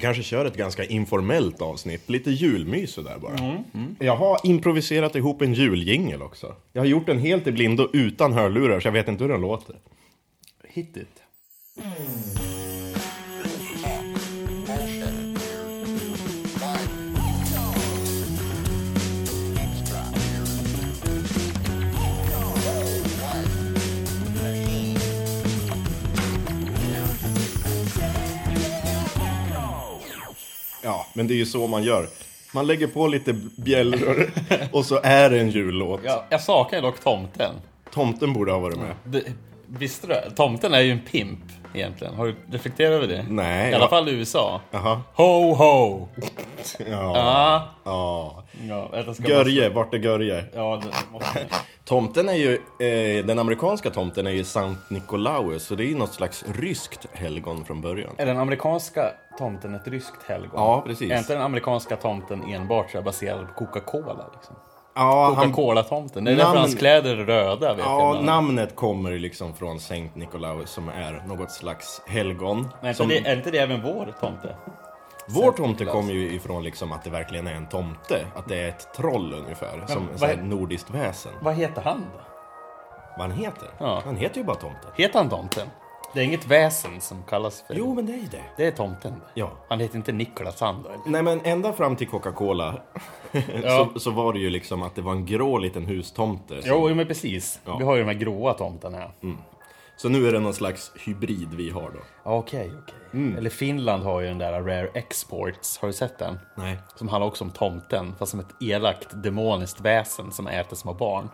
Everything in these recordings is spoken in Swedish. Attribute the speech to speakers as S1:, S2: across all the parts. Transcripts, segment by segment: S1: Kanske kör ett ganska informellt avsnitt, lite julmys sådär bara. Mm. Jag har improviserat ihop en juljingel också. Jag har gjort den helt i blindo utan hörlurar, så jag vet inte hur den låter.
S2: Hit it.
S1: Ja, men det är ju så man gör. Man lägger på lite bjällror och så är det en jullåt.
S2: Ja, jag saknar dock tomten.
S1: Tomten borde ha varit med.
S2: Det, visste du? Tomten är ju en pimp egentligen. Har du reflekterat över det?
S1: Nej,
S2: I alla
S1: jag-
S2: fall i USA.
S1: Jaha.
S2: Ho, ho!
S1: Ja.
S2: Ja.
S1: ja.
S2: ja vänta, ska jag bara-
S1: Görje, vart är Görje?
S2: Ja, det måste...
S1: Tomten är ju, eh, den amerikanska tomten är ju Sankt Nikolaus, så det är ju något slags ryskt helgon från början.
S2: Är den amerikanska tomten ett ryskt helgon?
S1: Ja, precis.
S2: Är inte den amerikanska tomten enbart så här baserad på Coca-Cola? Liksom?
S1: Ja, han,
S2: Coca-Cola-tomten? Det är
S1: Namn-
S2: därför hans kläder är röda. Vet
S1: ja
S2: jag. men-
S1: namnet kommer ju liksom från Sankt Nikolaus som är något slags helgon.
S2: Men är,
S1: som,
S2: inte det, är inte det även vår tomte?
S1: vår tomte kommer ju ifrån liksom att det verkligen är en tomte, att det är ett troll ungefär, som ett
S2: vad-
S1: så här nordiskt väsen.
S2: Vad heter han då?
S1: Vad han heter?
S2: Ja.
S1: Han heter ju bara tomten.
S2: Heter han tomten? Det är inget väsen som kallas för...
S1: Jo, men det är ju det.
S2: Det är tomten.
S1: Ja.
S2: Han heter inte Niklas han då? eller?
S1: Nej men ända fram till Coca-Cola
S2: Ja.
S1: så, så var det ju liksom att det var en grå liten hustomte. som-
S2: Jo, jo, men precis.
S1: Typ. Ja.
S2: Vi har ju de här gråa tomtarna här.
S1: Så nu är det någon slags hybrid vi har då.
S2: Ja, Okej, okej. Eller Finland har ju den där Rare Exports. Har du sett den?
S1: Nej.
S2: Som handlar också om tomten, fast som ett elakt demoniskt väsen som äter små barn.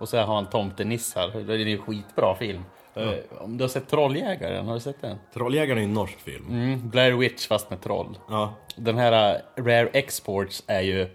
S2: Och så har han tomtenissar. Det är ju en skitbra film. Eh, Om du har sett Trolljägaren, har du sett den?
S1: Trolljägaren är ju en norsk film.
S2: Mm, Blair Witch fast med troll.
S1: Ja.
S2: Den här eh, Rare Exports är ju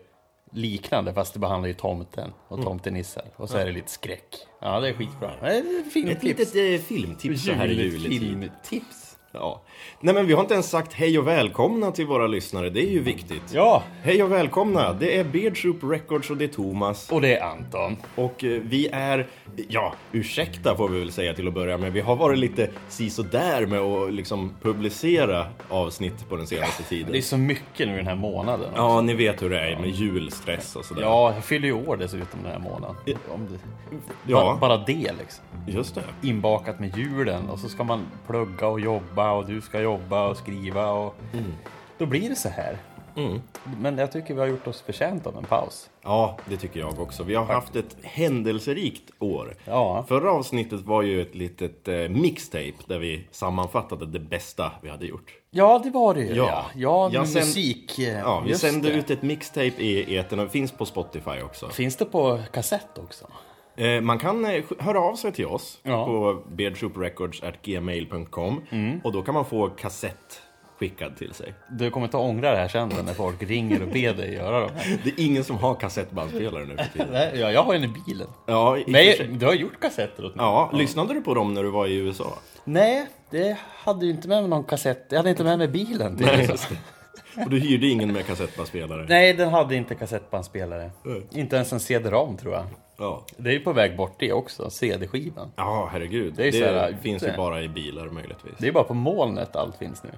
S2: liknande fast det behandlar ju tomten och tomtenissar. Och så är det lite skräck. Ja, det är skitbra. Det är
S1: Ett
S2: Filmtips.
S1: litet eh, filmtips så här i juletid.
S2: Filmtips.
S1: Ja. Nej men vi har inte ens sagt hej och välkomna till våra lyssnare, det är ju viktigt.
S2: Ja,
S1: Hej och välkomna! Det är Beard Soup Records och det är Thomas.
S2: och det är Anton.
S1: Och eh, vi är, ja, ursäkta får vi väl säga till att börja med. Vi har varit lite sisådär med att liksom publicera avsnitt på den senaste
S2: Det är
S1: tiden.
S2: så mycket nu den här månaden.
S1: Ja, ni vet hur det är med julstress och sådär.
S2: Ja, jag fyller ju år dessutom den här månaden. Om det...
S1: Ja.
S2: Bara, bara det liksom.
S1: just det.
S2: Inbakat med julen och så ska man plugga och jobba och du ska jobba och skriva och
S1: Mm.
S2: då blir det så här. Men jag tycker vi har gjort oss förtjänt av en paus.
S1: Ja, det tycker jag också. Vi har haft ett händelserikt år.
S2: Ja.
S1: Förra avsnittet var ju ett litet eh, mixtape där vi sammanfattade det bästa vi hade gjort.
S2: Ja, det var det ju.
S1: Ja.
S2: Ja, ja
S1: Jag
S2: med
S1: sänd-
S2: musik.
S1: Ja, vi
S2: Just
S1: sände
S2: det.
S1: ut ett mixtape i etern och det finns på Spotify också.
S2: Finns det på kassett också?
S1: Eh, man kan eh, sk- höra av sig till oss
S2: Ja. Mm.
S1: på beardsouprecords.gmail.com och då kan man få kassett skickad till sig.
S2: Du kommer inte att ångra det här sen när folk ringer och ber dig göra de här.
S1: Det är ingen som har kassettbandspelare nu för tiden.
S2: Nej, ja, jag har en i bilen.
S1: Ja, i och för
S2: Nej,
S1: sig.
S2: du har gjort kassetter åt mig.
S1: ja, lyssnade du på dem när du var i USA?
S2: Nej, det hade ju inte med mig någon kassett. Jag hade inte med mig bilen. Till
S1: Nej,
S2: det.
S1: just det. Och du hyrde ingen med kassettbandspelare?
S2: Nej, den hade inte kassettbandspelare.
S1: Mm.
S2: Inte ens en CD-rom tror jag.
S1: Ja.
S2: Det är ju på väg bort det också, CD-skivan.
S1: Ja, herregud.
S2: Det
S1: Det,
S2: är ju så här,
S1: finns
S2: inte.
S1: ju bara i bilar möjligtvis.
S2: Det är bara på molnet allt finns nu.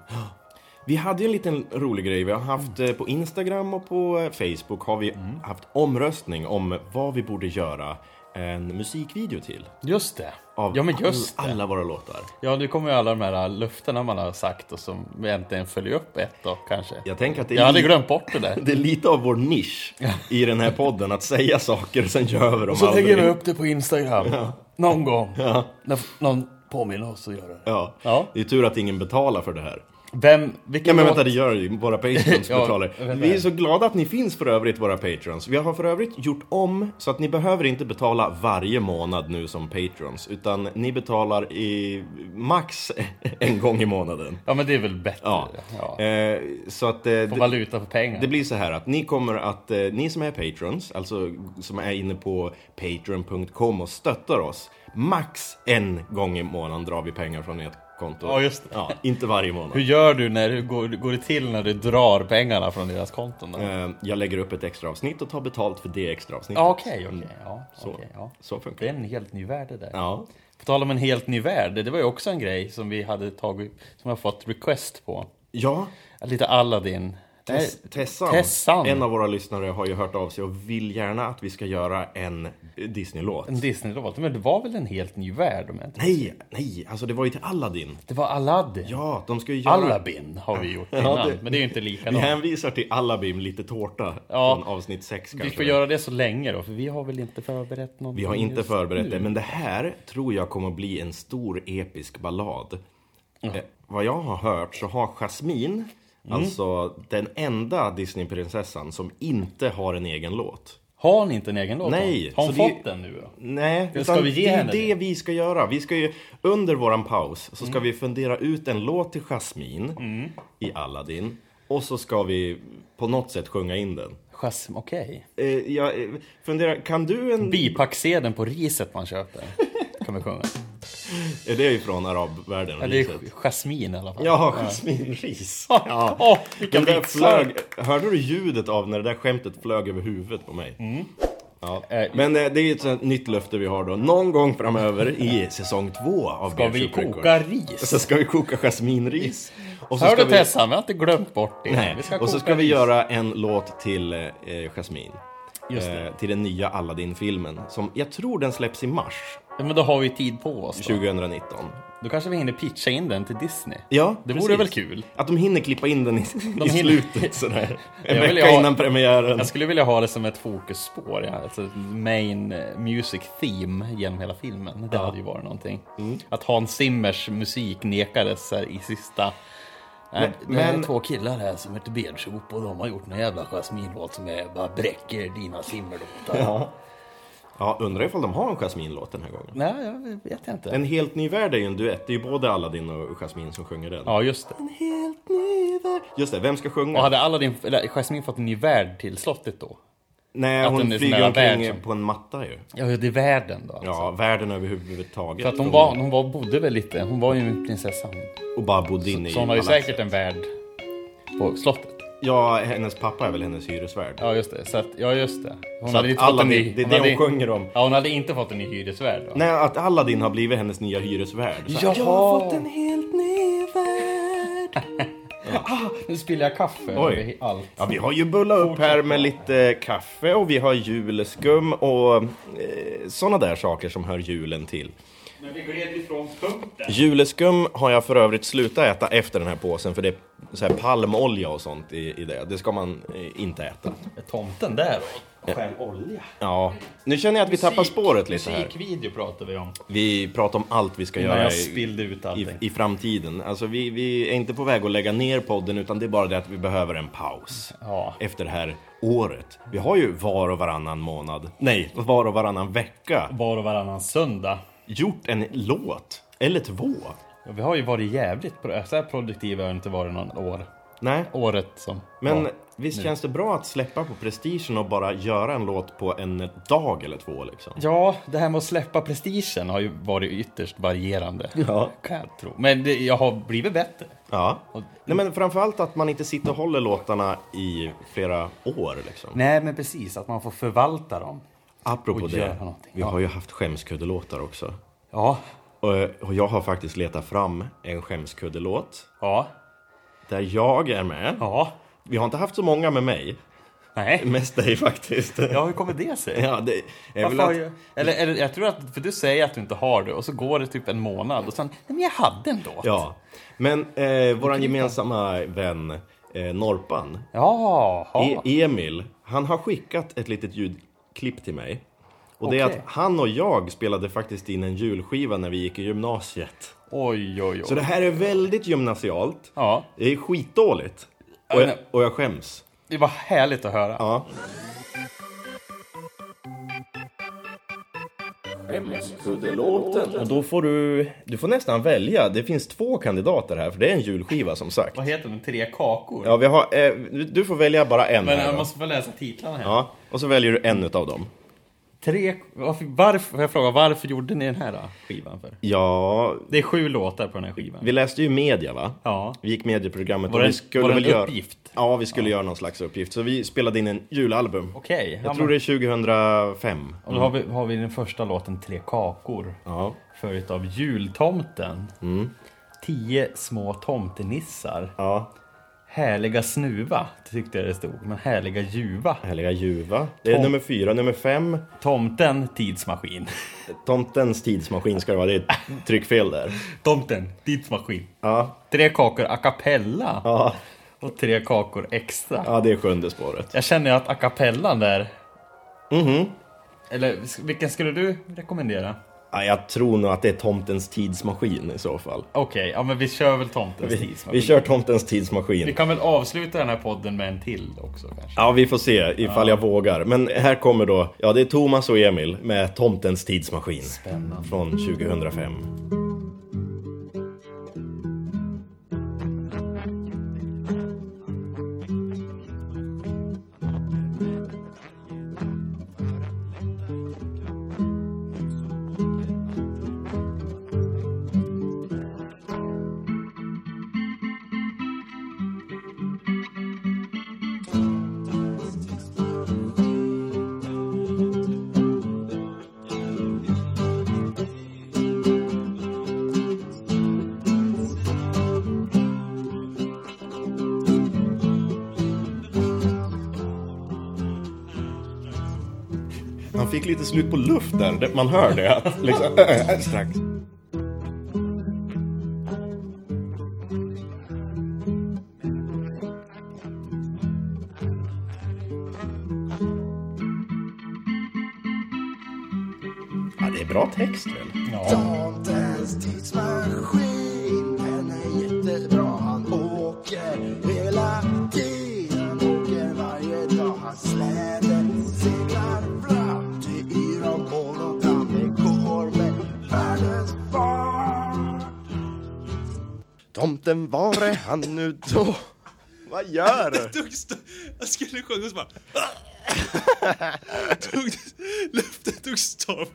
S1: Vi hade ju en liten rolig grej. Vi har haft eh, på Instagram och på eh, Facebook har vi
S2: Mm.
S1: haft omröstning om vad vi borde göra en musikvideo till.
S2: Just det.
S1: Av
S2: ja, men just
S1: all,
S2: det.
S1: alla våra låtar.
S2: Ja, nu kommer ju alla de här löftena man har sagt och som vi äntligen följer upp ett då, kanske.
S1: Jag tänker att det
S2: Jag
S1: är,
S2: hade
S1: li-
S2: glömt bort det där.
S1: det är lite av vår nisch i den här podden, att säga saker och sen gör vi dem
S2: Så
S1: aldrig.
S2: lägger vi upp det på Instagram. Någon gång. När f- någon påminner oss att göra det.
S1: Ja.
S2: Ja.
S1: det är tur att ingen betalar för det här.
S2: Vem, vilken
S1: Ja men
S2: låt-
S1: vänta, det gör ju våra patrons
S2: Ja,
S1: betalar.
S2: vänta.
S1: vi är så glada att ni finns för övrigt, våra patrons. Vi har för övrigt gjort om så att ni behöver inte betala varje månad nu som patrons, utan ni betalar i max en gång i månaden.
S2: Ja, men det är väl bättre.
S1: Ja.
S2: Ja.
S1: Eh, så att eh,
S2: Få
S1: det,
S2: valuta för pengar.
S1: det blir så här att ni kommer att, eh, ni som är patrons, alltså som är inne på patreon.com och stöttar oss, max en gång i månaden drar vi pengar från ert konto.
S2: Ja, just det.
S1: Ja, inte varje månad.
S2: Hur gör du när du går, går det till när du drar pengarna från deras konton? Då?
S1: Eh, Jag lägger upp ett extra avsnitt och tar betalt för det extra avsnittet.
S2: Ja, okej, okej. Ja,
S1: Mm. Så,
S2: okej, ja.
S1: så funkar
S2: Det
S1: det.
S2: är en helt ny värld det där.
S1: Ja.
S2: På tal om en helt ny värld, det var ju också en grej som vi hade tagit, som jag fått request på.
S1: Ja,
S2: Lite Aladdin.
S1: Tess,
S2: Nej,
S1: Tessan,
S2: Tessan.
S1: en av våra lyssnare, har ju hört av sig och vill gärna att vi ska göra en Disney-låt.
S2: En Disney-låt. Men det var väl en helt ny värld om jag inte...
S1: Nej, nej, alltså det var ju till Aladdin.
S2: Det var Aladdin.
S1: Ja, de ska ju göra...
S2: Alabin har vi gjort innan.
S1: det-
S2: Men det är ju inte
S1: Vi
S2: likadant.
S1: hänvisar till Alabim, lite tårta,
S2: Ja.
S1: från avsnitt 6 kanske.
S2: Vi får göra det så länge då, för vi har väl inte förberett någonting.
S1: Vi har inte
S2: just
S1: förberett det, men det här tror jag kommer att bli en stor episk ballad. Eh, vad jag har hört så har Jasmine,
S2: Mm.
S1: alltså den enda Disneyprinsessan som inte har en egen låt.
S2: Har hon inte en egen låt?
S1: Nej,
S2: Har hon
S1: så det-
S2: fått den nu då?
S1: Nej,
S2: Men
S1: utan
S2: ska vi ge
S1: det är
S2: henne
S1: det,
S2: det? Mm.
S1: vi ska göra. Vi ska ju, under våran paus så ska vi fundera ut en låt till Jasmine i Aladdin. Och så ska vi på något sätt sjunga in den.
S2: Jasm, okej.
S1: Eh, jag eh, funderar, kan du en...
S2: Bipacksedeln på riset man köper. Kan vi sjunga.
S1: Är det är ju från arabvärlden.
S2: Ja, det är
S1: riset.
S2: jasmin i alla fall.
S1: Ja, jasminris.
S2: Ja. Åh,
S1: Den
S2: vilken
S1: där
S2: vitsar!
S1: flög, hörde du ljudet av när det där skämtet flög över huvudet på mig? Ja.
S2: Mm. Eh,
S1: Men eh, det är ju ett sånt nytt löfte vi har då. Någon gång framöver i säsong två av
S2: Ska vi koka ris?
S1: Så ska vi koka jasminris. Och
S2: Hör
S1: ska
S2: du
S1: vi-
S2: Tessan, vi har inte glömt bort det.
S1: Nej.
S2: Vi ska
S1: Och så
S2: koka
S1: ska vi
S2: ris.
S1: göra en låt till eh, eh, Jasmin.
S2: Just det.
S1: Eh, till den nya Aladdin-filmen. Som jag tror den släpps i mars
S2: Ja, men då har vi tid på oss. Då.
S1: 2019.
S2: då kanske vi hinner pitcha in den till Disney.
S1: Ja,
S2: Det
S1: precis.
S2: vore väl kul?
S1: Att de hinner klippa in den i, i
S2: hinner-
S1: slutet sådär. En
S2: Jag vill
S1: vecka
S2: ha-
S1: innan premiären.
S2: Jag skulle vilja ha det som ett fokusspår, ja. alltså ett main eh, music theme genom hela filmen. Det hade ju varit någonting. Att Hans Zimmers musik nekades så här, i sista... Men, det är
S1: men-
S2: två killar här som heter Benchop och de har gjort en jävla jasminlåt som är bara bräcker dina simmerlåtar.
S1: Ja, undrar ifall de har en Jasmin-låt den här gången.
S2: Nej, jag vet inte.
S1: En helt ny värld är ju en duett. Det är ju både Aladdin och Jasmin som sjunger den.
S2: Ja, just det.
S1: En helt ny värld. Just det, vem ska sjunga?
S2: Och hade Aladdin, eller Jasmine fått en ny värld till slottet då?
S1: Nej,
S2: att
S1: hon
S2: den är sån
S1: flyger
S2: där
S1: omkring
S2: värld som-
S1: på en matta ju.
S2: Ja, det är världen då.
S1: Ja, världen överhuvudtaget.
S2: För att hon, var, hon var, bodde väl lite, hon var ju en prinsessa hon.
S1: Och bara bodde inne i
S2: Så hon har ju
S1: palatset.
S2: säkert en värld på slottet.
S1: Ja, hennes pappa är väl hennes hyresvärd.
S2: Ja just det, så att, ja just det. Hon
S1: Så
S2: hade
S1: att
S2: inte fått en
S1: Aladdin,
S2: ny,
S1: det är det hon
S2: hade,
S1: sjunger om.
S2: ja, hon hade inte fått en ny hyresvärd då.
S1: Nej, att Aladdin har blivit hennes nya hyresvärd. Så här,
S2: Jaha.
S1: Jag har fått en helt ny värld.
S2: Nu spiller jag kaffe
S1: Oj.
S2: över allt.
S1: Ja, vi har ju bullat upp här med lite kaffe och vi har julskum och eh, sådana där saker som hör julen till.
S2: Men vi gled ifrån punkten.
S1: Juleskum har jag för övrigt slutat äta efter den här påsen för det är så här palmolja och sånt i, i det. Det ska man eh, inte äta.
S2: Är tomten där då? Skäl olja.
S1: Ja, nu känner jag att vi tappar spåret lite här.
S2: Musikvideo pratar vi om.
S1: Vi pratar om allt vi ska
S2: När
S1: göra
S2: jag
S1: i,
S2: spillde ut
S1: i,
S2: allting.
S1: i framtiden. Alltså vi, vi är inte på väg att lägga ner podden utan det är bara det att vi behöver en paus.
S2: Ja.
S1: Efter det här året. Vi har ju var och varannan månad, nej, var och varannan vecka
S2: Var och varannan söndag.
S1: gjort en låt. Eller två.
S2: Ja, vi har ju varit jävligt pro- så här produktiva har jag inte varit någon år.
S1: Nej.
S2: Året som
S1: Men
S2: var.
S1: visst känns det bra att släppa på prestigen och bara göra en låt på en dag eller två liksom?
S2: Ja, det här med att släppa prestigen har ju varit ytterst varierande.
S1: Ja.
S2: Kan jag tro. Men det, jag har blivit bättre.
S1: Ja. Nej men framförallt att man inte sitter och håller låtarna i flera år liksom.
S2: Nej, men precis. Att man får förvalta dem.
S1: Apropå
S2: Och
S1: det,
S2: göra någonting.
S1: vi
S2: Ja.
S1: har ju haft skämskuddelåtar också.
S2: Ja.
S1: Och, och jag har faktiskt letat fram en skämskuddelåt
S2: Ja.
S1: där jag är med.
S2: Ja.
S1: Vi har inte haft så många med mig,
S2: Nej.
S1: mest dig faktiskt.
S2: Ja, hur kommer det sig?
S1: Ja, det är väl
S2: Varför har
S1: att,
S2: jag... Eller, eller jag tror att, för du säger att du inte har det och så går det typ en månad och sen, nej men jag hade en låt.
S1: ja. Men eh, våran gemensamma vän eh, Norpan,
S2: Ja,
S1: E-
S2: ja.
S1: Emil, han har skickat ett litet ljudklipp till mig. Och det är
S2: Okej.
S1: att han och jag spelade faktiskt in en julskiva när vi gick i gymnasiet.
S2: Oj, oj,
S1: Så
S2: oj.
S1: det här är väldigt gymnasialt.
S2: Ja,
S1: Det är skitdåligt. Och jag,
S2: nej.
S1: och jag skäms.
S2: det var härligt att höra.
S1: Ja. Och då får du... Du får nästan välja. Det finns två kandidater här, för det är en julskiva som sagt.
S2: Vad heter den? Tre kakor?
S1: Ja, vi har... Eh, du- du får välja bara en
S2: men
S1: här.
S2: jag
S1: då.
S2: måste få läsa titlarna här.
S1: Ja, och så väljer du en utav dem.
S2: Tre, varför, varför, får jag fråga, varför gjorde ni den här då, skivan för?
S1: Ja,
S2: Det är sju låtar på den här skivan.
S1: vi läste ju media va?
S2: Ja.
S1: Vi gick medieprogrammet
S2: Var
S1: och
S2: det-
S1: vi skulle
S2: var det en
S1: väl göra...
S2: uppgift?
S1: Ja, vi skulle göra någon slags uppgift. Så vi spelade in en julalbum.
S2: Okej. ja,
S1: Jag
S2: men-
S1: tror det är 2005.
S2: Och då har vi, har vi den första låten Tre kakor.
S1: Ja. Mm.
S2: Följt av Jultomten. Tio små tomtenissar.
S1: Ja.
S2: Härliga snuva tyckte jag det stod, men härliga ljuva.
S1: Härliga Juva. Det är
S2: Tom.
S1: nummer fyra. Nummer fem,
S2: Tomten, tidsmaskin.
S1: Tomtens tidsmaskin ska det vara. Det är ett tryckfel där.
S2: Tomten, tidsmaskin.
S1: Ja,
S2: Tre kakor a cappella
S1: ja,
S2: och tre kakor extra.
S1: ja det är sjunde spåret.
S2: Jag känner ju att a cappellan där...
S1: Mm-hmm.
S2: Eller vilken skulle du rekommendera?
S1: Ja, jag tror nog att det är Tomtens tidsmaskin i så fall.
S2: Okej, ja men vi kör väl tomtens
S1: Vi,
S2: tidsmaskin.
S1: vi kör Tomtens
S2: Vi
S1: tidsmaskin.
S2: kan väl avsluta den här podden med en till också kanske?
S1: Ja, vi får se ifall jag vågar. Men här kommer då, ja det är Thomas och Emil med Tomtens tidsmaskin.
S2: Spännande.
S1: Från 2005. Han fick lite slut på luft där, Det- man hör det. Att, liksom, strax. Ja, det är bra text väl?
S3: Tomtens tidsmaskin, den är jättebra. Han åker hela tiden, åker varje dag. Hans släde seglar fram till yr och moln och fram det går med världens fart. Tomten, var är han nu då? Vad gör du?
S4: tog st- jag skulle sjunga och så bara... tog, luften tog stopp.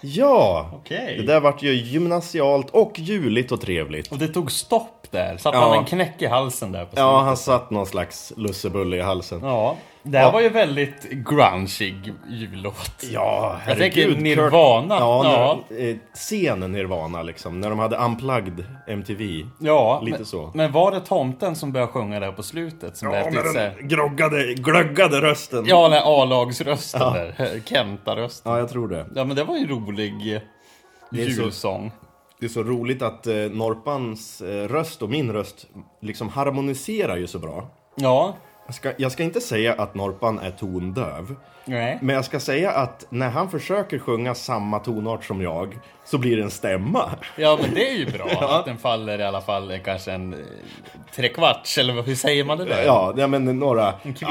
S1: Ja!
S2: Okej.
S1: Det där vart ju gymnasialt och juligt och trevligt.
S2: Och det tog stopp där. Satt
S1: Ja.
S2: han en knäck i halsen där på slutet?
S1: Ja, han satt någon slags lussebulle i halsen.
S2: Ja, det här
S1: Ja.
S2: var ju väldigt grungig jullåt.
S1: Ja,
S2: Jag
S1: herregud.
S2: tänker Nirvana.
S1: Kurt, ja,
S2: Ja.
S1: när, eh, Sen Nirvana liksom, när de hade unplugged MTV.
S2: Ja,
S1: Lite
S2: men,
S1: så.
S2: men var det tomten som började sjunga där på slutet? Som lät lite såhär-
S1: groggade, glöggade rösten. Ja.
S2: Ja, den här A-lagsrösten där. Kenta-rösten.
S1: jag tror det.
S2: Ja, men det var ju en rolig eh,
S1: är så-
S2: julsång.
S1: Det är så roligt att eh, Norpans eh, röst och min röst liksom harmoniserar ju så bra.
S2: Ja,
S1: Jag ska, jag ska inte säga att Norpan är tondöv,
S2: nej.
S1: men jag ska säga att när han försöker sjunga samma tonart som jag så blir det en stämma.
S2: Ja, men det är ju bra att den faller i alla fall eh, kanske en eh, trekvarts, eller vad- hur säger man det där?
S1: Ja, nej, men några... En
S2: kvint.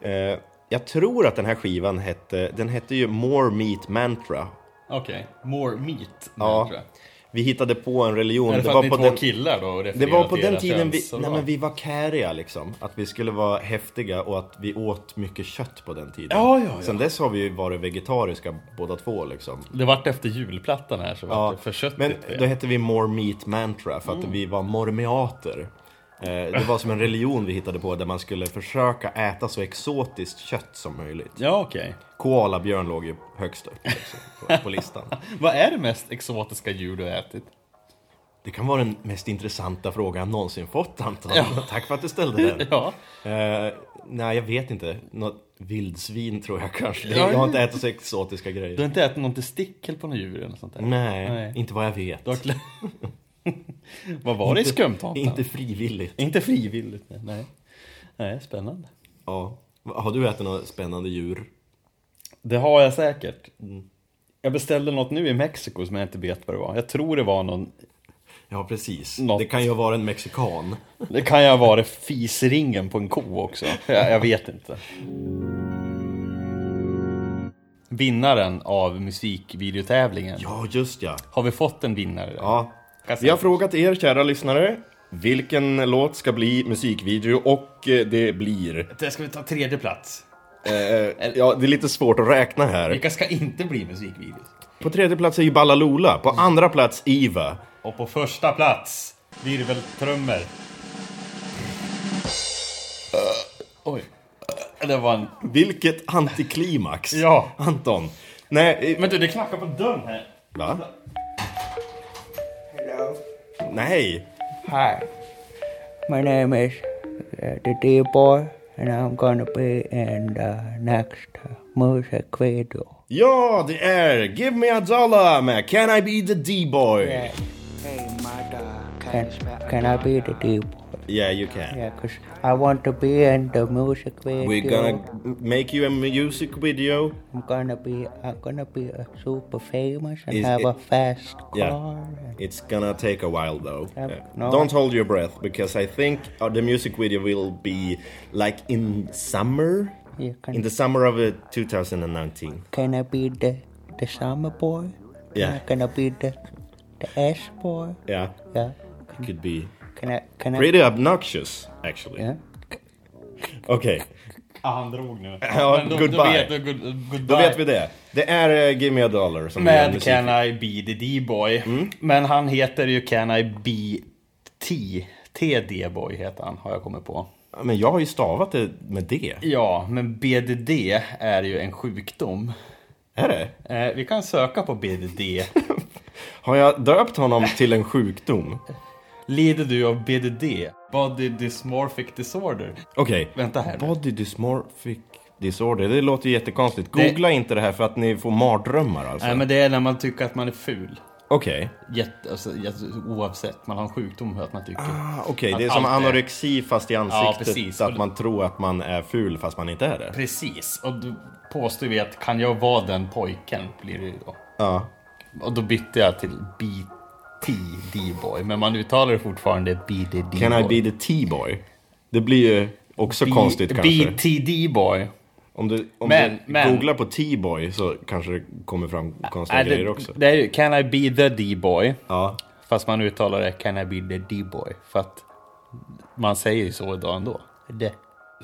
S1: Ja. Eh, jag tror att den här skivan hette, den hette ju More Meat Mantra.
S2: Okej, more meat.
S1: Ja.
S2: tror jag.
S1: Vi hittade på en religion.
S2: Är det för att ni är två killar då? och
S1: det var
S2: refererar
S1: på
S2: till
S1: den
S2: era
S1: tiden vi,
S2: könsorgan?
S1: nej, men vi var käriga liksom. Att vi skulle vara häftiga och att vi åt mycket kött på den tiden.
S2: Ja, ja, ja.
S1: Sen dess har vi ju varit vegetariska båda två liksom.
S2: Det vart efter julplattan här så vart
S1: Ja,
S2: det för köttigt.
S1: men
S2: det. Mm.
S1: då hette vi More Meat Mantra för att vi var mormeater. Eh, Det var som en religion vi hittade på där man skulle försöka äta så exotiskt kött som möjligt.
S2: Ja, okej.
S1: Koalabjörn låg ju högst upp liksom, på, på listan.
S2: Vad är det mest exotiska djur du har ätit?
S1: Det kan vara den mest intressanta frågan jag någonsin fått Anton.
S2: Ja.
S1: Tack för att du ställde den.
S2: Ja,
S1: Eh, nej, jag vet inte. Något vildsvin tror jag kanske.
S2: Ja.
S1: Jag har inte ätit så exotiska
S2: du har
S1: grejer.
S2: inte ätit någon testikel på något djur eller något sånt där?
S1: Nej,
S2: Nej.
S1: inte vad jag vet.
S2: Du har klä... Vad var det i skumtomten?
S1: Inte frivilligt.
S2: Inte frivilligt, nej. nej. Nej, spännande.
S1: Ja. Har du ätit något spännande djur?
S2: Det har jag säkert.
S1: Mm.
S2: Jag beställde något nu i Mexiko som jag inte vet vad det var. Jag tror det var någon,
S1: Ja, precis.
S2: Något.
S1: Det kan ju vara en mexikan.
S2: det kan ju ha varit fisringen på en ko också. Jag, jag vet inte. Vinnaren av musikvideotävlingen.
S1: Ja, just ja.
S2: Har vi fått en vinnare?
S1: ja.
S2: Kassett.
S1: Vi har frågat er, kära lyssnare, vilken låt ska bli musikvideo och eh, det blir...
S2: Det ska vi ta tredje plats.
S1: Eh, ja, det är lite svårt att räkna här.
S2: Vilka ska inte bli musikvideos?
S1: På tredje plats är ju Ballalola,
S5: Mm.
S1: på andra plats Iva.
S2: Och på första plats, virveltrummor. Oj. Det var en...
S1: Vilket antiklimax!
S2: Ja.
S1: Anton. Nej, eh,
S2: Men du, det knackar på dörren här.
S1: va? Nej!
S2: Här.
S5: My name is uh, the D Boy, and I'm gonna be in the next music video.
S1: Ja, det är Give Me A Dollar med Can I Be The D-Boy. Yeah.
S5: Can, can I be the D Boy?
S1: you can.
S5: Yeah, 'cause I want to be in the music video.
S1: We're gonna make you a music video.
S5: I'm gonna be. I'm gonna be uh, super famous and
S1: Is
S5: have
S1: it-
S5: a fast car.
S1: Yeah.
S5: and-
S1: It's gonna take a while though. Yeah.
S5: Yep. No.
S1: Don't hold your breath because I think uh, the music video will be like in summer.
S5: Yeah, can-
S1: In the summer of uh, 2019.
S5: Can I be the the summer boy?
S1: Yeah.
S5: Can I be the the ash boy?
S1: Yeah.
S5: Yeah.
S1: It could be
S5: Can I? Can I?
S1: pretty obnoxious actually.
S5: Yeah.
S1: Okej,
S2: Ja, Ah, han drog nu.
S1: Ja,
S2: Men då, Då
S1: goodbye.
S2: vet, du- good, goodbye.
S1: då vet vi det. Det är uh, Give Me A Dollar som gör
S2: Med
S1: musik. Mm.
S2: Can I Be The D-Boy. Men han heter ju Can I Be T. TD-boy heter han, har jag kommit på.
S1: Ja, Men jag har ju stavat det med det.
S2: Ja, men BDD är ju en sjukdom.
S1: Är det?
S2: Eh, vi kan söka på BDD.
S1: Har jag döpt honom till en sjukdom?
S2: Lider du av BDD? Body Dysmorphic Disorder.
S1: Okej.
S2: Vänta här nu.
S1: Body dysmorphic disorder, det låter ju jättekonstigt. Googla inte det här för att ni får mardrömmar alltså.
S2: Nej, men det är när man tycker att man är ful.
S1: Okej.
S2: Jätte, alltså, jätte- oavsett, man har en sjukdom för att man tycker.
S1: Ah, Okej, det är
S2: Att
S1: som
S2: allt är-
S1: anorexi fast i ansiktet.
S2: precis.
S1: Så att man tror att man är ful fast man inte är det.
S2: Precis, och då påstår vi att kan jag vara den pojken blir det ju då.
S1: Ja.
S2: Och då bytte jag till BT D-boy, men man uttalar det fortfarande BD D-boy.
S1: Can I be the T-boy? Det blir ju också konstigt kanske.
S2: BT D-boy.
S1: Om du, om
S2: Men-
S1: du
S2: men-
S1: googlar på T-boy så kanske det kommer fram konstiga
S2: Nej,
S1: grejer
S2: det,
S1: också.
S2: det är ju Can I be the D-boy.
S1: Ja.
S2: Fast man uttalar det Can I be the D-boy. För att man säger ju så idag ändå. Det.
S1: Det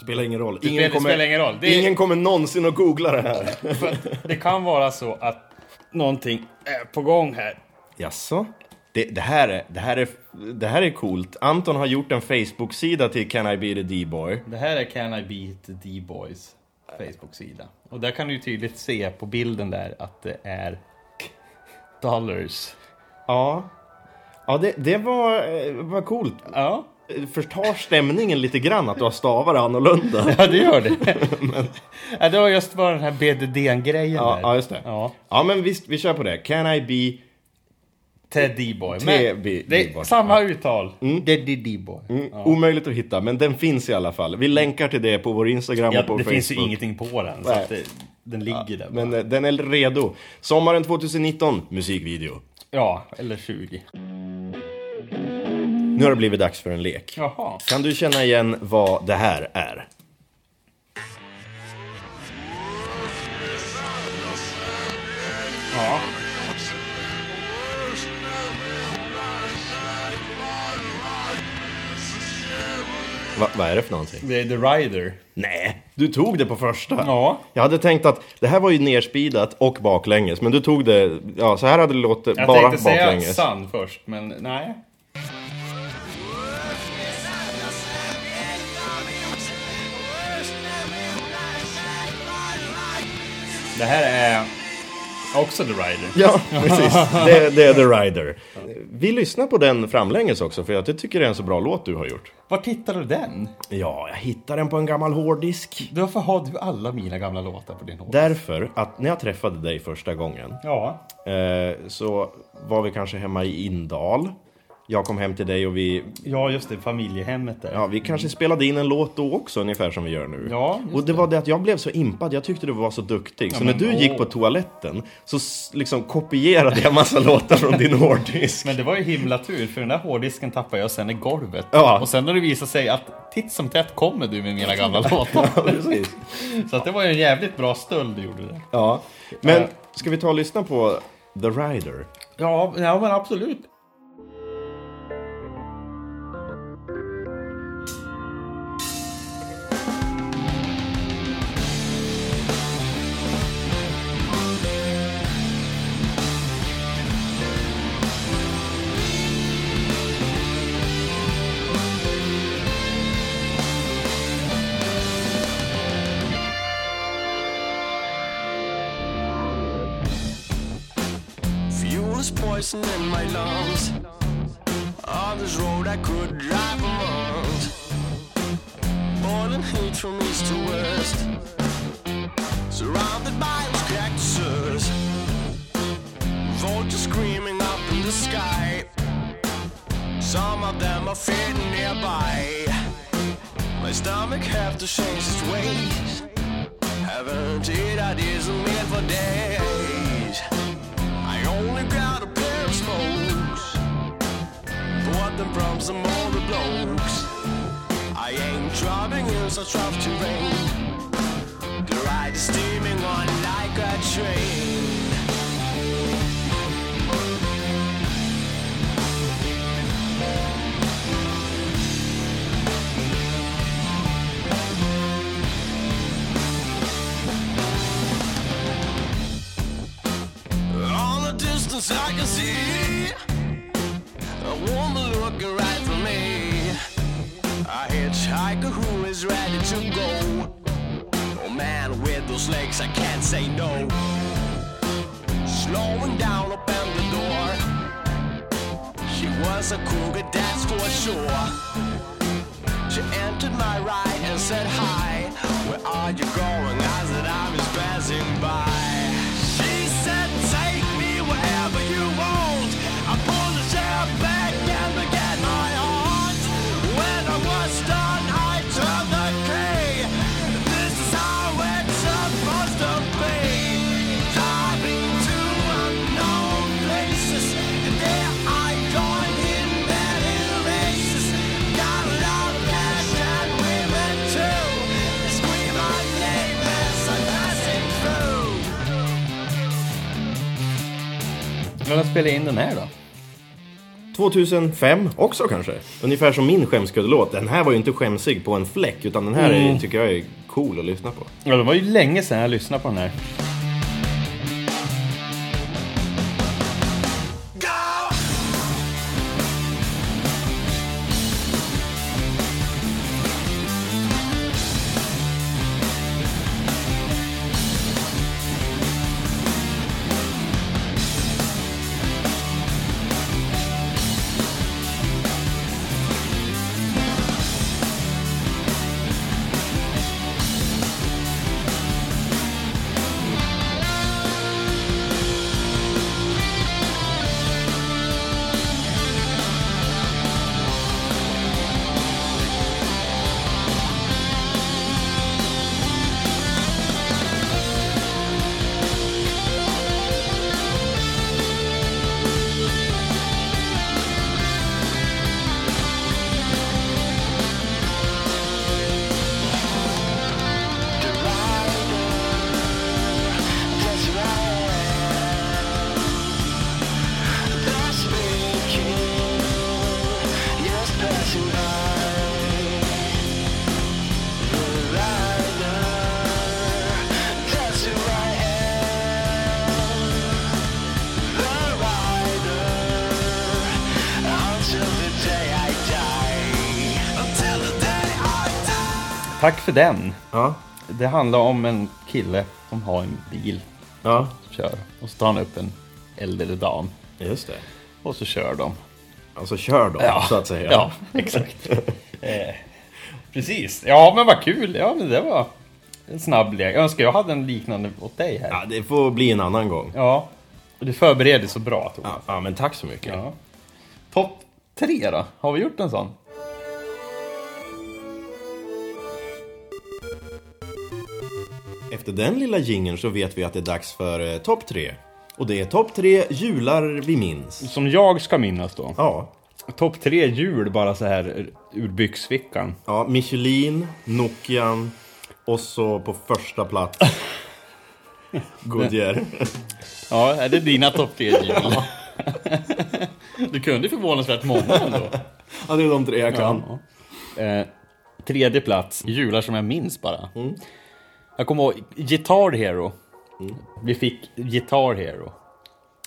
S1: spelar ingen roll.
S2: spelar- det spelar ingen roll. Det är-
S1: ingen kommer någonsin att googla det här.
S2: För att det kan vara så att någonting är på gång här.
S1: Jaså? Det, det, här är, det, här är, det här är coolt. Anton har gjort en Facebook-sida till Can I Be The D-Boy.
S2: Det här är Can I Beat The D-Boys Facebook-sida. Och där kan du ju tydligt se på bilden där att det är dollars.
S1: Ja. Ja, det, det var, eh, var coolt.
S2: Ja,
S1: Eh, Förtar stämningen lite grann att du har stavar annorlunda.
S2: ja det gör det. ja, det var just bara den här BDD-grejen
S1: Ja,
S2: där.
S1: ja, just det.
S2: Ja.
S1: Ja, men visst, vi kör på det. Can I Be...
S2: Ted D-boy. Men
S1: T-B-
S2: det är
S1: D-boy. Mm.
S2: samma uttal. Ted D-boy.
S1: Omöjligt att hitta, men den finns i alla fall. Vi länkar till det på vår Instagram
S2: Ja,
S1: och på
S2: det
S1: Facebook.
S2: finns ju ingenting på den. Så
S1: Nej.
S2: att det, den ligger där. bara.
S1: Men eh, den är redo. Sommaren 2019, musikvideo.
S2: Ja, eller 20.
S1: Nu har det blivit dags för en lek.
S2: Jaha.
S1: Kan du känna igen vad det här är?
S2: Ja.
S1: Va, vad är det för någonting?
S2: Det är The Rider.
S1: Nej, du tog det på första.
S2: Ja.
S1: Jag hade tänkt att det här var ju nerspeedat och baklänges, men du tog det... Ja, så här hade det låtit
S2: Jag
S1: bara
S2: tänkte säga
S1: baklänges.
S2: Sun först, men nej. Det här är också The Rider.
S1: Ja, precis. Det, det är The Rider. Vi lyssnar på den framlänges också, för jag tycker det är en så bra låt du har gjort.
S2: Vart hittar du den?
S1: Ja, jag hittade den på en gammal hårddisk.
S2: Varför har du alla mina gamla låtar på din hård?
S1: Därför att när jag träffade dig första gången
S2: Ja.
S1: eh, så var vi kanske hemma i Indal. Jag kom hem till dig och vi
S2: ja, just det. Familjehemmet där.
S1: Ja, vi kanske spelade in en låt då också, ungefär som vi gör nu.
S2: Mm. Ja, just
S1: och det var det att jag blev så impad, jag tyckte du var så duktig. Så när
S2: men
S1: du
S2: åh.
S1: gick på toaletten så s- liksom kopierade jag massa låtar från din hårddisk.
S2: Men det var ju himla tur, för den där hårddisken tappade jag sen i golvet.
S1: Ja.
S2: Och sen när det visade sig att titt som tätt kommer du med mina gamla låtar.
S1: Precis.
S2: Så att det var ju en jävligt bra stöld du gjorde där.
S1: Ja. Men ska vi ta och lyssna på The Rider?
S2: Ja, ja men absolut.
S3: Fuel is poison in my lungs. On this road I could drive a month. hate from east to west. Surrounded by those cactuses. Vultures screaming up in the sky. Some of them are feeding nearby. My stomach have to change its ways. Haven't eaten ideas and meal for days. I only got a pair of smokes. Bought them from some older blokes. I ain't driving in such rough terrain. The ride is steaming on like a train. On the distance I can see a woman looking right for me. A hitchhiker who is ready to go. Oh man, with those legs I can't say no. Slowing down, open the door. She was a cougar, that's for sure. She entered my ride and said hi. Where are you going? I said I'm just passing by. She said, take me wherever you want. I pulled the chair back and began my heart. When I was done, I turned the key. This is how it's supposed to be. Driving to unknown places, and there I joined in many races. Got a lot of cash and women too. They scream my name as I'm passing through.
S2: Men jag spelar in den här då.
S1: 2005 också kanske. Ungefär som min skämskuddelåt. Den här var ju inte skämsig på en fläck, utan den här är,
S2: Mm.
S1: tycker jag är cool att lyssna på.
S2: Ja, det var ju länge sedan jag lyssnade på den här.
S3: Go! Until the day I die. Until the day I die.
S2: Tack för den.
S1: Ja,
S2: Det handlar om en kille som har en bil
S1: ja,
S2: som kör. Och så tar han upp en äldre dam
S1: just det.
S2: och så kör de.
S1: Alltså kör då, så att säga.
S2: Ja, exakt. eh, precis. Ja, men vad kul. Ja, men det var en snabb lek. Jag önskar jag hade en liknande åt dig här.
S1: Ja, det får bli en annan gång.
S2: Ja. Och Du förbereder så bra, Tor.
S1: Ja, ja men tack så mycket.
S2: Ja. Topp tre då? Har vi gjort en sån?
S1: Efter den lilla jingeln så vet vi att det är dags för eh, topp tre. Och det är topp tre jular vi minns.
S2: Som jag ska minnas då.
S1: Ja,
S2: Topp tre hjul bara så här ur byxfickan.
S1: ja Michelin, Nokian och så på första plats Goodyear.
S2: Ja, är det dina topp tre hjul? du kunde förvånansvärt många ändå.
S1: Ja, det är de tre jag kan.
S2: Ja. Eh, tredje plats, jular som jag minns bara.
S1: Mm.
S2: Jag kommer ihåg Guitar Hero. Vi fick Guitar Hero.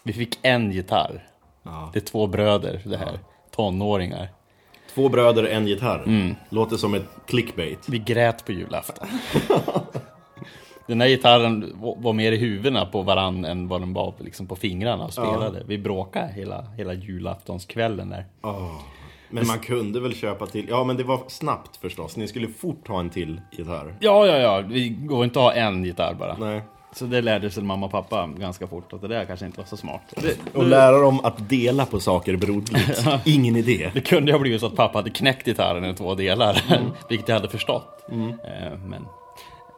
S2: Vi fick en gitarr.
S1: Ja.
S2: Det är två bröder, det här. Tonåringar.
S1: Två bröder, en gitarr. Låter som ett clickbait.
S2: Vi grät på julafton. Den här gitarren var mer i huvudena på varann än vad den var liksom på fingrarna och spelade. Vi bråkade hela, hela julaftonskvällen där.
S1: Ja. Men man kunde väl köpa till... Ja, men det var snabbt förstås. Ni skulle fort ha en till gitarr.
S2: Ja, ja, ja, vi går inte att ha en gitarr bara.
S1: Nej.
S2: Så det lärde sig mamma och pappa ganska fort att det där kanske inte var så smart. Det,
S1: Och lära dem att dela på saker broderligt. Ingen idé.
S2: det kunde ju ha blivit så att pappa hade knäckt gitarren i två delar, vilket jag hade förstått. Eh, Men,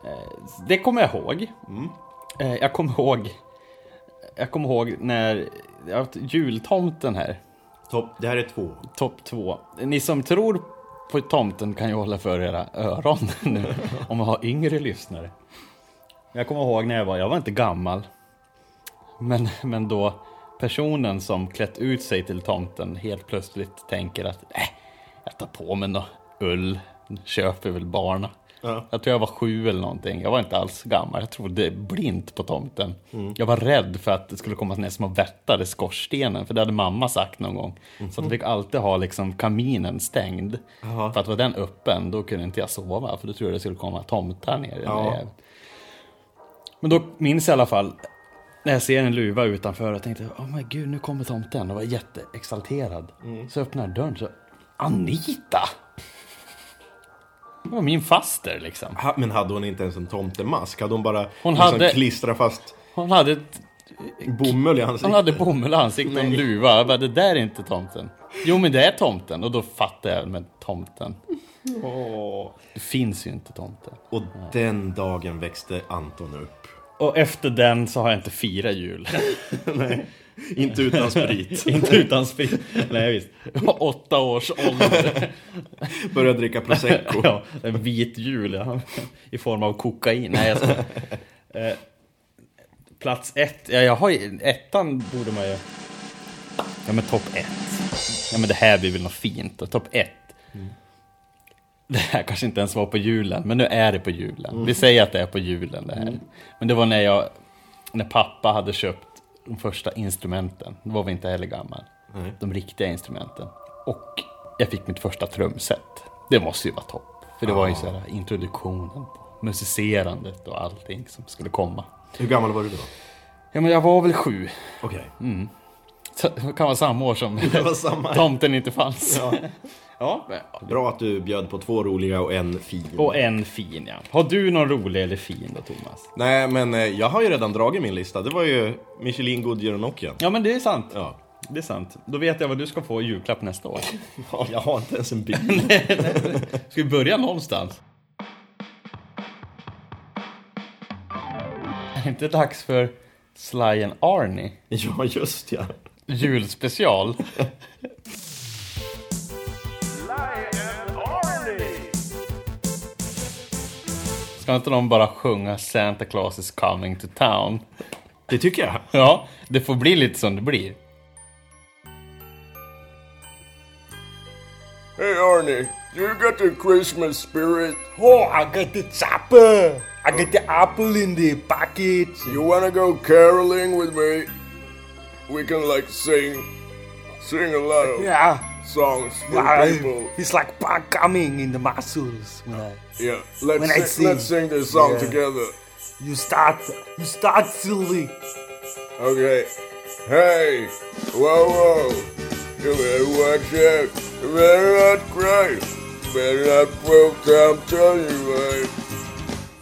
S2: eh, det kommer jag ihåg. Eh, Jag kommer ihåg, jag kommer ihåg när jag har jultomten här,
S1: Topp, det här är två.
S2: topp två. Ni som tror på tomten kan ju hålla för era öron nu, om man har yngre lyssnare. Jag kommer ihåg när jag var, jag var inte gammal, men, men då personen som klätt ut sig till tomten helt plötsligt tänker att äh, jag tar på mig nå ull, köper väl barna.
S1: Ja.
S2: Jag tror jag var sju eller någonting, jag var inte alls gammal, jag trodde blint på tomten.
S1: Mm.
S2: Jag var rädd för att det skulle komma någon som vättade skorstenen, för det hade mamma sagt någon gång.
S1: Mhm.
S2: Så att jag fick alltid ha liksom kaminen stängd. För att var den öppen, då kunde inte jag sova, för då trodde jag det skulle komma tomtar ner. i den
S1: Ja.
S2: där jäveln. Men då minns jag i alla fall när jag ser en luva utanför och tänkte oh my gud nu kommer tomten och var jätteexalterad.
S1: Mm.
S2: Så öppnar jag dörren så Anita! Det var min faster liksom.
S1: Ha- Men hade hon inte ens en tomtemask? Hade hon bara
S2: Hon
S1: hon
S2: hade-
S1: klistra fast
S2: Hon hade, ett-
S1: bomull i ansiktet?
S2: hon hade bomull i ansiktet och en luva. Jag bara, det där är inte tomten. Jo men det är tomten och då fattade jag men tomten.
S1: Åh.
S2: Det finns ju inte tomten.
S1: Och den dagen växte Anton upp.
S2: Och efter den så har jag inte firat jul.
S1: Inte utan sprit.
S2: inte utan sprit. Nej visst. Åtta års ålder.
S1: Började dricka prosecco.
S2: Ja, en vit jul ja. i form av kokain. Nej, jag skojar. Eh, Plats ett. Ja, jag har ju- ettan borde man ju... Ja, men topp ett. Ja, men det här blir väl något fint. då. Topp ett. Det här kanske inte ens var på julen, men nu är det på julen. Vi säger att det är på julen det här. Men det var när jag, när pappa hade köpt de första instrumenten. Då var vi inte heller gammal.
S1: Nej.
S2: De riktiga instrumenten. Och jag fick mitt första trumset. Det måste ju vara topp. För det var ju så här introduktionen på musicerandet och allting som skulle komma.
S1: Hur gammal var du då?
S2: Ja, men jag var väl sju.
S1: Okej.
S2: Mm. Så det kan vara samma år som
S1: Det var samma.
S2: tomten inte fanns.
S1: Ja.
S2: Ja.
S1: Bra att du bjöd på två roliga och en fin.
S2: Och en fin, ja. Har du någon rolig eller fin då, Thomas?
S1: Nej, men eh, jag har ju redan dragit min lista. Det var ju Michelin, Goodyear och Nokian.
S2: Ja, men det är sant.
S1: Ja.
S2: Det är sant. Då vet jag vad du ska få i julklapp nästa år.
S1: ja. Jag har inte ens en bil.
S2: Ska vi börja någonstans? Är det inte dags för Sly and Arnie?
S1: ja, just ja.
S2: Julspecial? Ska inte de bara sjunga Santa Claus is coming to town?
S1: Det tycker jag.
S2: Ja, det får bli lite som det blir.
S6: Hey Arnie, do you got the Christmas spirit?
S7: Oh, I got the chopper. I got the apple in the package.
S6: You wanna go caroling with me? We can like sing, sing a lot of
S7: Yeah.
S6: songs for people.
S7: It's like pack coming in the muscles. When I,
S6: Yeah, let's
S7: When I
S6: sing, let's sing
S7: sing.
S6: this song
S7: Yeah.
S6: together.
S7: you start, you start silly.
S6: Okay. Hey, whoa, whoa! You better watch out. You better not cry. You better not broke down. Tell you right.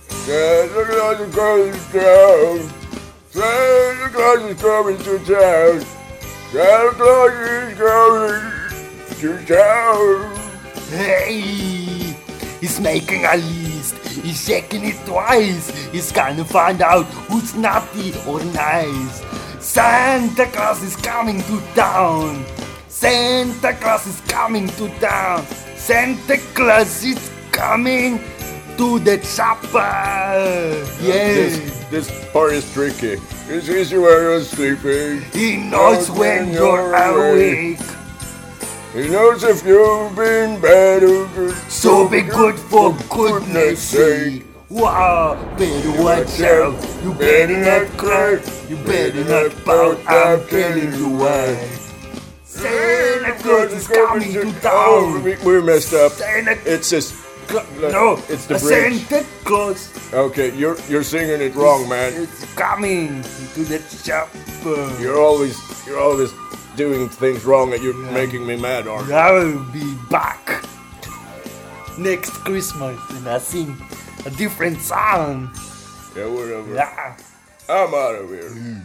S6: Santa Claus is coming to town. Santa Claus is coming to town. Santa Claus is coming to town.
S7: Hey, he's making a list. He's checking it twice. He's gonna find out who's naughty or nice. Santa Claus is coming to town. Santa Claus is coming to town. Santa Claus is coming to the chopper. Yeah.
S6: This, this part is tricky. It's easy when you're sleeping.
S7: He knows
S6: Knows
S7: when
S6: when
S7: you're
S6: you're
S7: awake.
S6: He knows if you've been bad or good.
S7: So be good for goodness sake. Wow, better watch out. You better not cry. You better not pout. I'm telling you why. Santa Claus is coming to
S6: Oh,
S7: town.
S6: we, we messed up.
S7: Santa
S6: It's just.
S7: Claus. No,
S6: It's the bridge.
S7: Santa Claus
S6: Okay, you're you're singing it wrong, man.
S7: is coming to the chopper.
S6: You're always you're always doing things wrong and you're making me mad, aren't you?
S7: I'll be back next Christmas and I sing a different song. Ah.
S6: Yeah, whatever.
S7: Yeah.
S6: I'm out of here.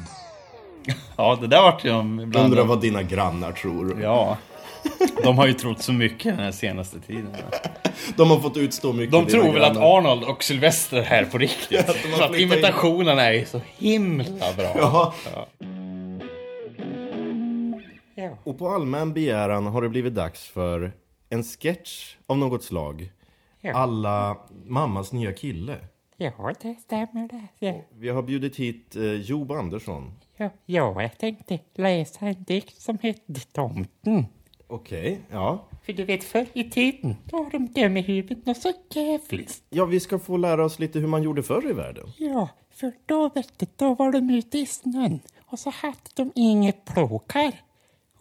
S2: Ja, det där vart ju de ibland...
S1: Undrar vad dina grannar tror.
S2: Ja. De har ju trott så mycket den här senaste tiden.
S1: De har fått utstå mycket
S2: De
S1: dina
S2: tror väl att
S1: grannar.
S2: Arnold och Sylvester är här på riktigt.
S1: de har
S2: För att
S1: flyttat in.
S2: imitationen är ju så himla bra.
S1: Ja. Och på allmän begäran har det blivit dags för en sketch av något slag. Alla mammas nya kille.
S8: Ja, det stämmer det. Ja,
S1: Vi har bjudit hit eh, Job Andersson.
S8: ja, ja, jag tänkte läsa en dikt som hette Tomten.
S1: Okej, ja.
S8: För du vet, förr i tiden, då var de dum i huvudet och så jävligt.
S1: Ja, vi ska få lära oss lite hur man gjorde förr i världen.
S8: Ja, för då vet du, då var de ute i snön och så hade de inget plåkar.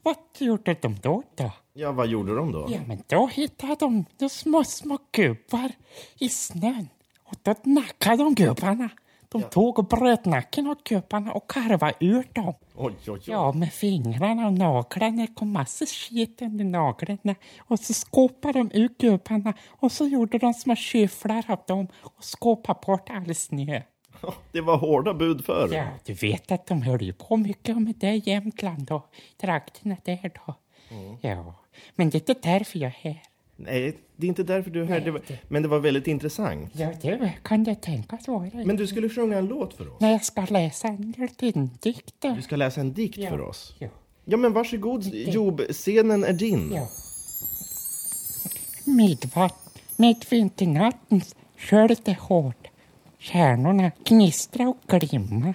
S8: Vad gjorde de då då?
S1: Ja, vad gjorde de då?
S8: Ja, men då hittade de, de små, små gubbar i snön. Och då nackade de gubbarna. De tog och bröt nacken av gubbarna och karvade ur dem.
S1: Oj, oj, oj.
S8: Ja, med fingrarna och naglarna. Det kom massor skit under naglarna. Och så skopade de ut gubbarna och så gjorde de små skyfflar av dem och skopade bort all snö.
S1: Det var hårda bud förr.
S8: Ja, du vet att de höll ju på mycket med det i Jämtland och trakterna där då.
S1: Mm.
S8: Ja, men det är inte därför jag är här.
S1: Nej, det är inte därför du är här. Det var... Men det var väldigt intressant.
S8: Ja, det kan det tänkas vara.
S1: Men du skulle sjunga en låt för oss.
S8: När jag ska läsa en liten dikt.
S1: Du ska läsa en dikt för oss.
S8: Ja.
S1: Ja, men varsågod Job, scenen är din.
S8: Ja. Midvatt, midvinternattens köld är hård. Stjärnorna gnistra och glimma.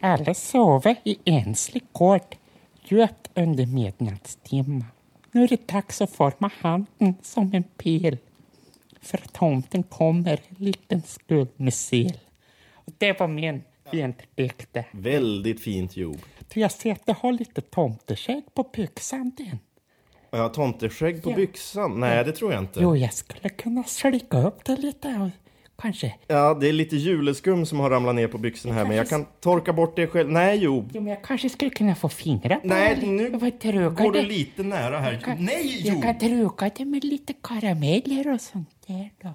S8: Alla sova i enslig gård, djupt under midnattstimma. Nu är det dags att forma handen som en pil. För tomten kommer, liten skull med sel. Och det var min vinterdikt det.
S1: Väldigt fint Job.
S8: Du, jag ser att du har lite tomteskägg på byxan din.
S1: Ja, tomteskägg på
S8: Ja.
S1: byxan? Nej, det tror jag inte.
S8: Jo, jag skulle kunna slicka upp det lite och kanske...
S1: Ja, det är lite juleskum som har ramlat ner på byxorna här, men jag kan torka bort det själv. Nej, Job.
S8: Jo, men jag kanske skulle kunna få fingrar på
S1: Nej,
S8: det.
S1: nu
S8: Jag får truka
S1: går
S8: det.
S1: du lite nära här.
S8: Jag kan-
S1: Nej,
S8: Jag kan
S1: Job!
S8: truka det med lite karameller och sånt där då.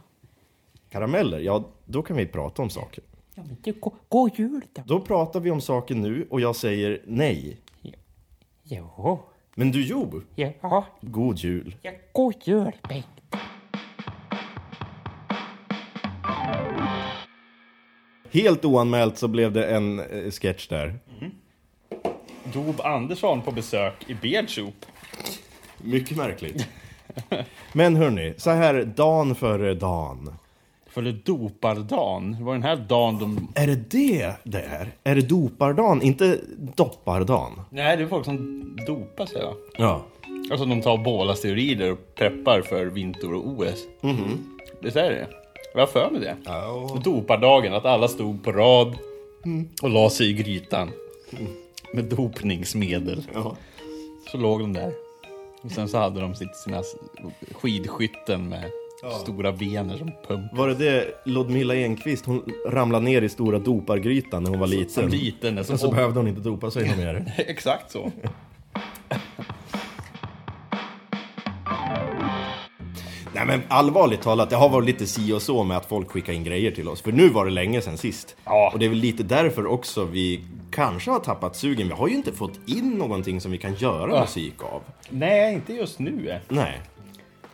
S1: Karameller, ja, då kan vi prata om saker.
S8: Ja, men du, go- god jul då.
S1: Då pratar vi om saker nu och jag säger nej.
S8: Jo,
S1: Men du, Job,
S8: ja,
S1: god jul.
S8: ja, god jul Bengt.
S1: Helt oanmält så blev det en eh, sketch där.
S2: Job Andersson på besök i Bedshop.
S1: Mycket märkligt. Men hörni, så här dan före dan.
S2: För det dopardagen. Det var den här dagen de...
S1: Är det det det är? Är det dopardan, inte doppardan?
S2: Nej, det är folk som dopar sig va?
S1: Ja.
S2: Alltså de tar bålasteroider och preppar för vinter och OS. mm
S1: Mhm.
S2: Det är det. Jag har för mig det. Och Dopardagen, att alla stod på rad och la sig i grytan. Med dopningsmedel. Så låg de där. Och sen så hade de sitt, sina s- skidskytten med stora vener som pump.
S1: Var det det Ludmilla Enqvist, hon ramlade ner i stora dopargrytan när hon var liten?
S2: Liten, alltså,
S1: Sen så behövde hon inte dopa sig något mer.
S2: Exakt så.
S1: Nej men allvarligt talat, det har varit lite si och så med att folk skickar in grejer till oss. För nu var det länge sedan sist.
S2: Ja.
S1: Och det är väl lite därför också vi kanske har tappat sugen. Vi har ju inte fått in någonting som vi kan göra musik av.
S2: Nej, inte just nu.
S1: Nej.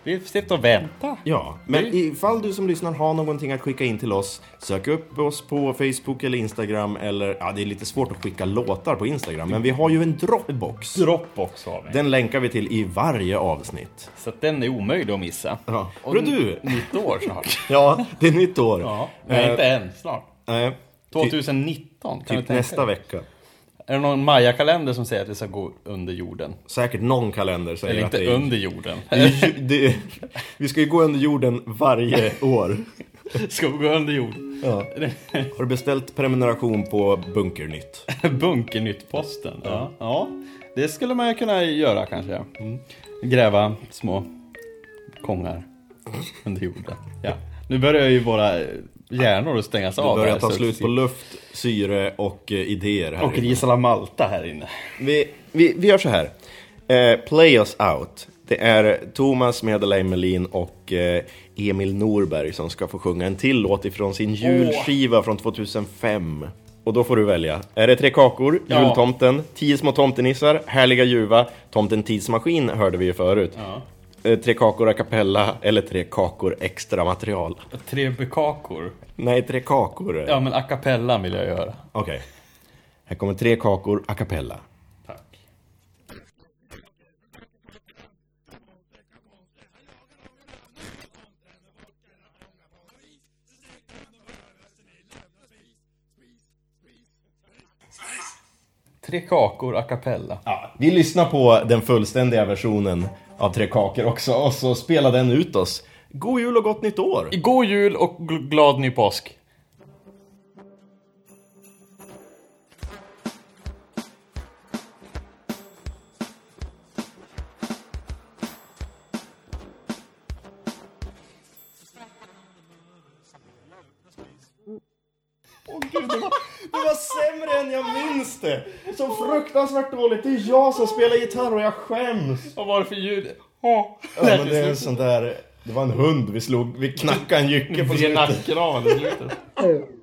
S2: Vi sitter och väntar.
S1: Ja, men ifall du som lyssnar har någonting att skicka in till oss, sök upp oss på Facebook eller Instagram eller, ja det är lite svårt att skicka låtar på Instagram, men vi har ju en Dropbox.
S2: Dropbox har vi.
S1: Den länkar vi till i varje avsnitt.
S2: Så att den är omöjlig att missa.
S1: Ja.
S2: Och
S1: Hörru du!
S2: Nytt år snart.
S1: Ja, det är nytt år.
S2: ja, nej, inte än. Snart.
S1: Eh, ty-
S2: 2019 kan
S1: typ
S2: du tänka
S1: nästa
S2: dig?
S1: vecka.
S2: Är det någon Maya-kalender som säger att det ska gå under jorden?
S1: Säkert någon kalender säger
S2: Eller
S1: att det
S2: inte
S1: är...
S2: under jorden.
S1: Det är ju- det är- vi ska ju gå under jorden varje år.
S2: Ska vi gå under jorden?
S1: Ja. Har du beställt prenumeration på Bunkernytt?
S2: Bunkernytt-posten. Ja. ja, det skulle man ju kunna göra kanske.
S1: Mm.
S2: Gräva små kongar under jorden. Ja. Nu börjar ju våra eh, hjärnor att stängas
S1: Det
S2: av.
S1: börjar
S2: här
S1: ta slut på
S2: successivt.
S1: luft, syre och eh, idéer här
S2: Och
S1: inne.
S2: Risala Malta här inne.
S1: Vi, vi, vi gör så här. Eh, play us out. Det är Thomas Madeleine Melin och eh, Emil Norberg som ska få sjunga en till låt ifrån sin julskiva från 2005. Och då får du välja. Är det Tre kakor,
S2: Ja.
S1: Jultomten, Tio små tomtenissar, Härliga ljuva, Tomten tidsmaskin hörde vi ju förut. Eh, tre kakor a cappella eller Tre kakor extra material.
S2: Tre bekakor.
S1: Nej, Tre kakor. är det.
S2: Ja, men a cappella vill jag göra.
S1: Okej. Här kommer Tre kakor a cappella.
S2: Tack. Tre kakor a cappella.
S1: Vi lyssnar på den fullständiga versionen av Tre kakor också och så spelar den ut oss. God jul och gott nytt år!
S2: God jul och gl- glad ny påsk.
S1: Det var sämre än jag minns det! Så fruktansvärt dåligt. Det är jag som spelar gitarr och jag skäms!
S2: Vad var det för ljud? Ja,
S1: Ja, men det är en sån där... Det var en hund vi slog. Vi knackade en jycke på
S2: Det är
S1: slutet.
S2: nackkraven i slutet.